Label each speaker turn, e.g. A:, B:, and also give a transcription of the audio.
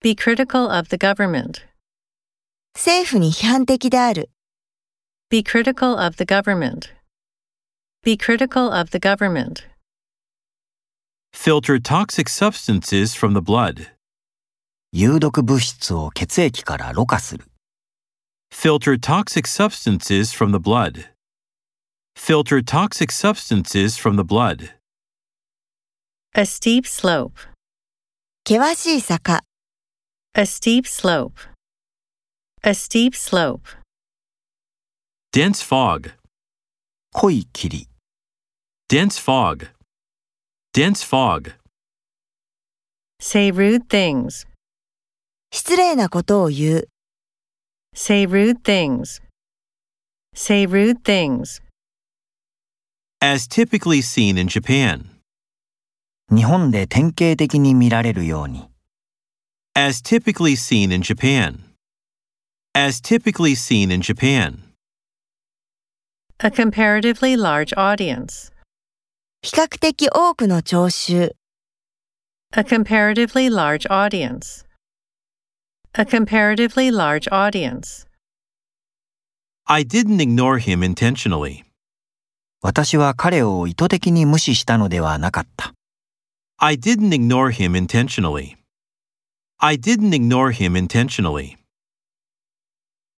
A: Be critical of the government.
B: 政府に批判的である。
A: Be critical of the government. Be critical of the government.
C: Filter toxic substances from the blood.
D: 有毒物質を血液からろ過する。
C: Filter toxic substances from the blood. Filter toxic substances from the blood.
A: A steep slope.
B: 険しい坂。
A: A steep slope. A steep slope.
C: Dense fog.
D: 濃い霧。
C: Dense fog. Dense fog.
A: Say rude things.
B: 失礼なことを言う。
A: Say rude things. Say rude things.
C: As typically seen in Japan.
D: 日本で典型的に見られるように。
C: As typically seen in Japan. As typically seen in Japan.
A: A comparatively large audience.
B: 比較的多くの聴衆。
A: A comparatively large audience. A comparatively large audience.
C: I didn't ignore him intentionally.
D: 私は彼を意図的に無視したのではなかった。
C: I didn't ignore him intentionally. I didn't ignore him intentionally.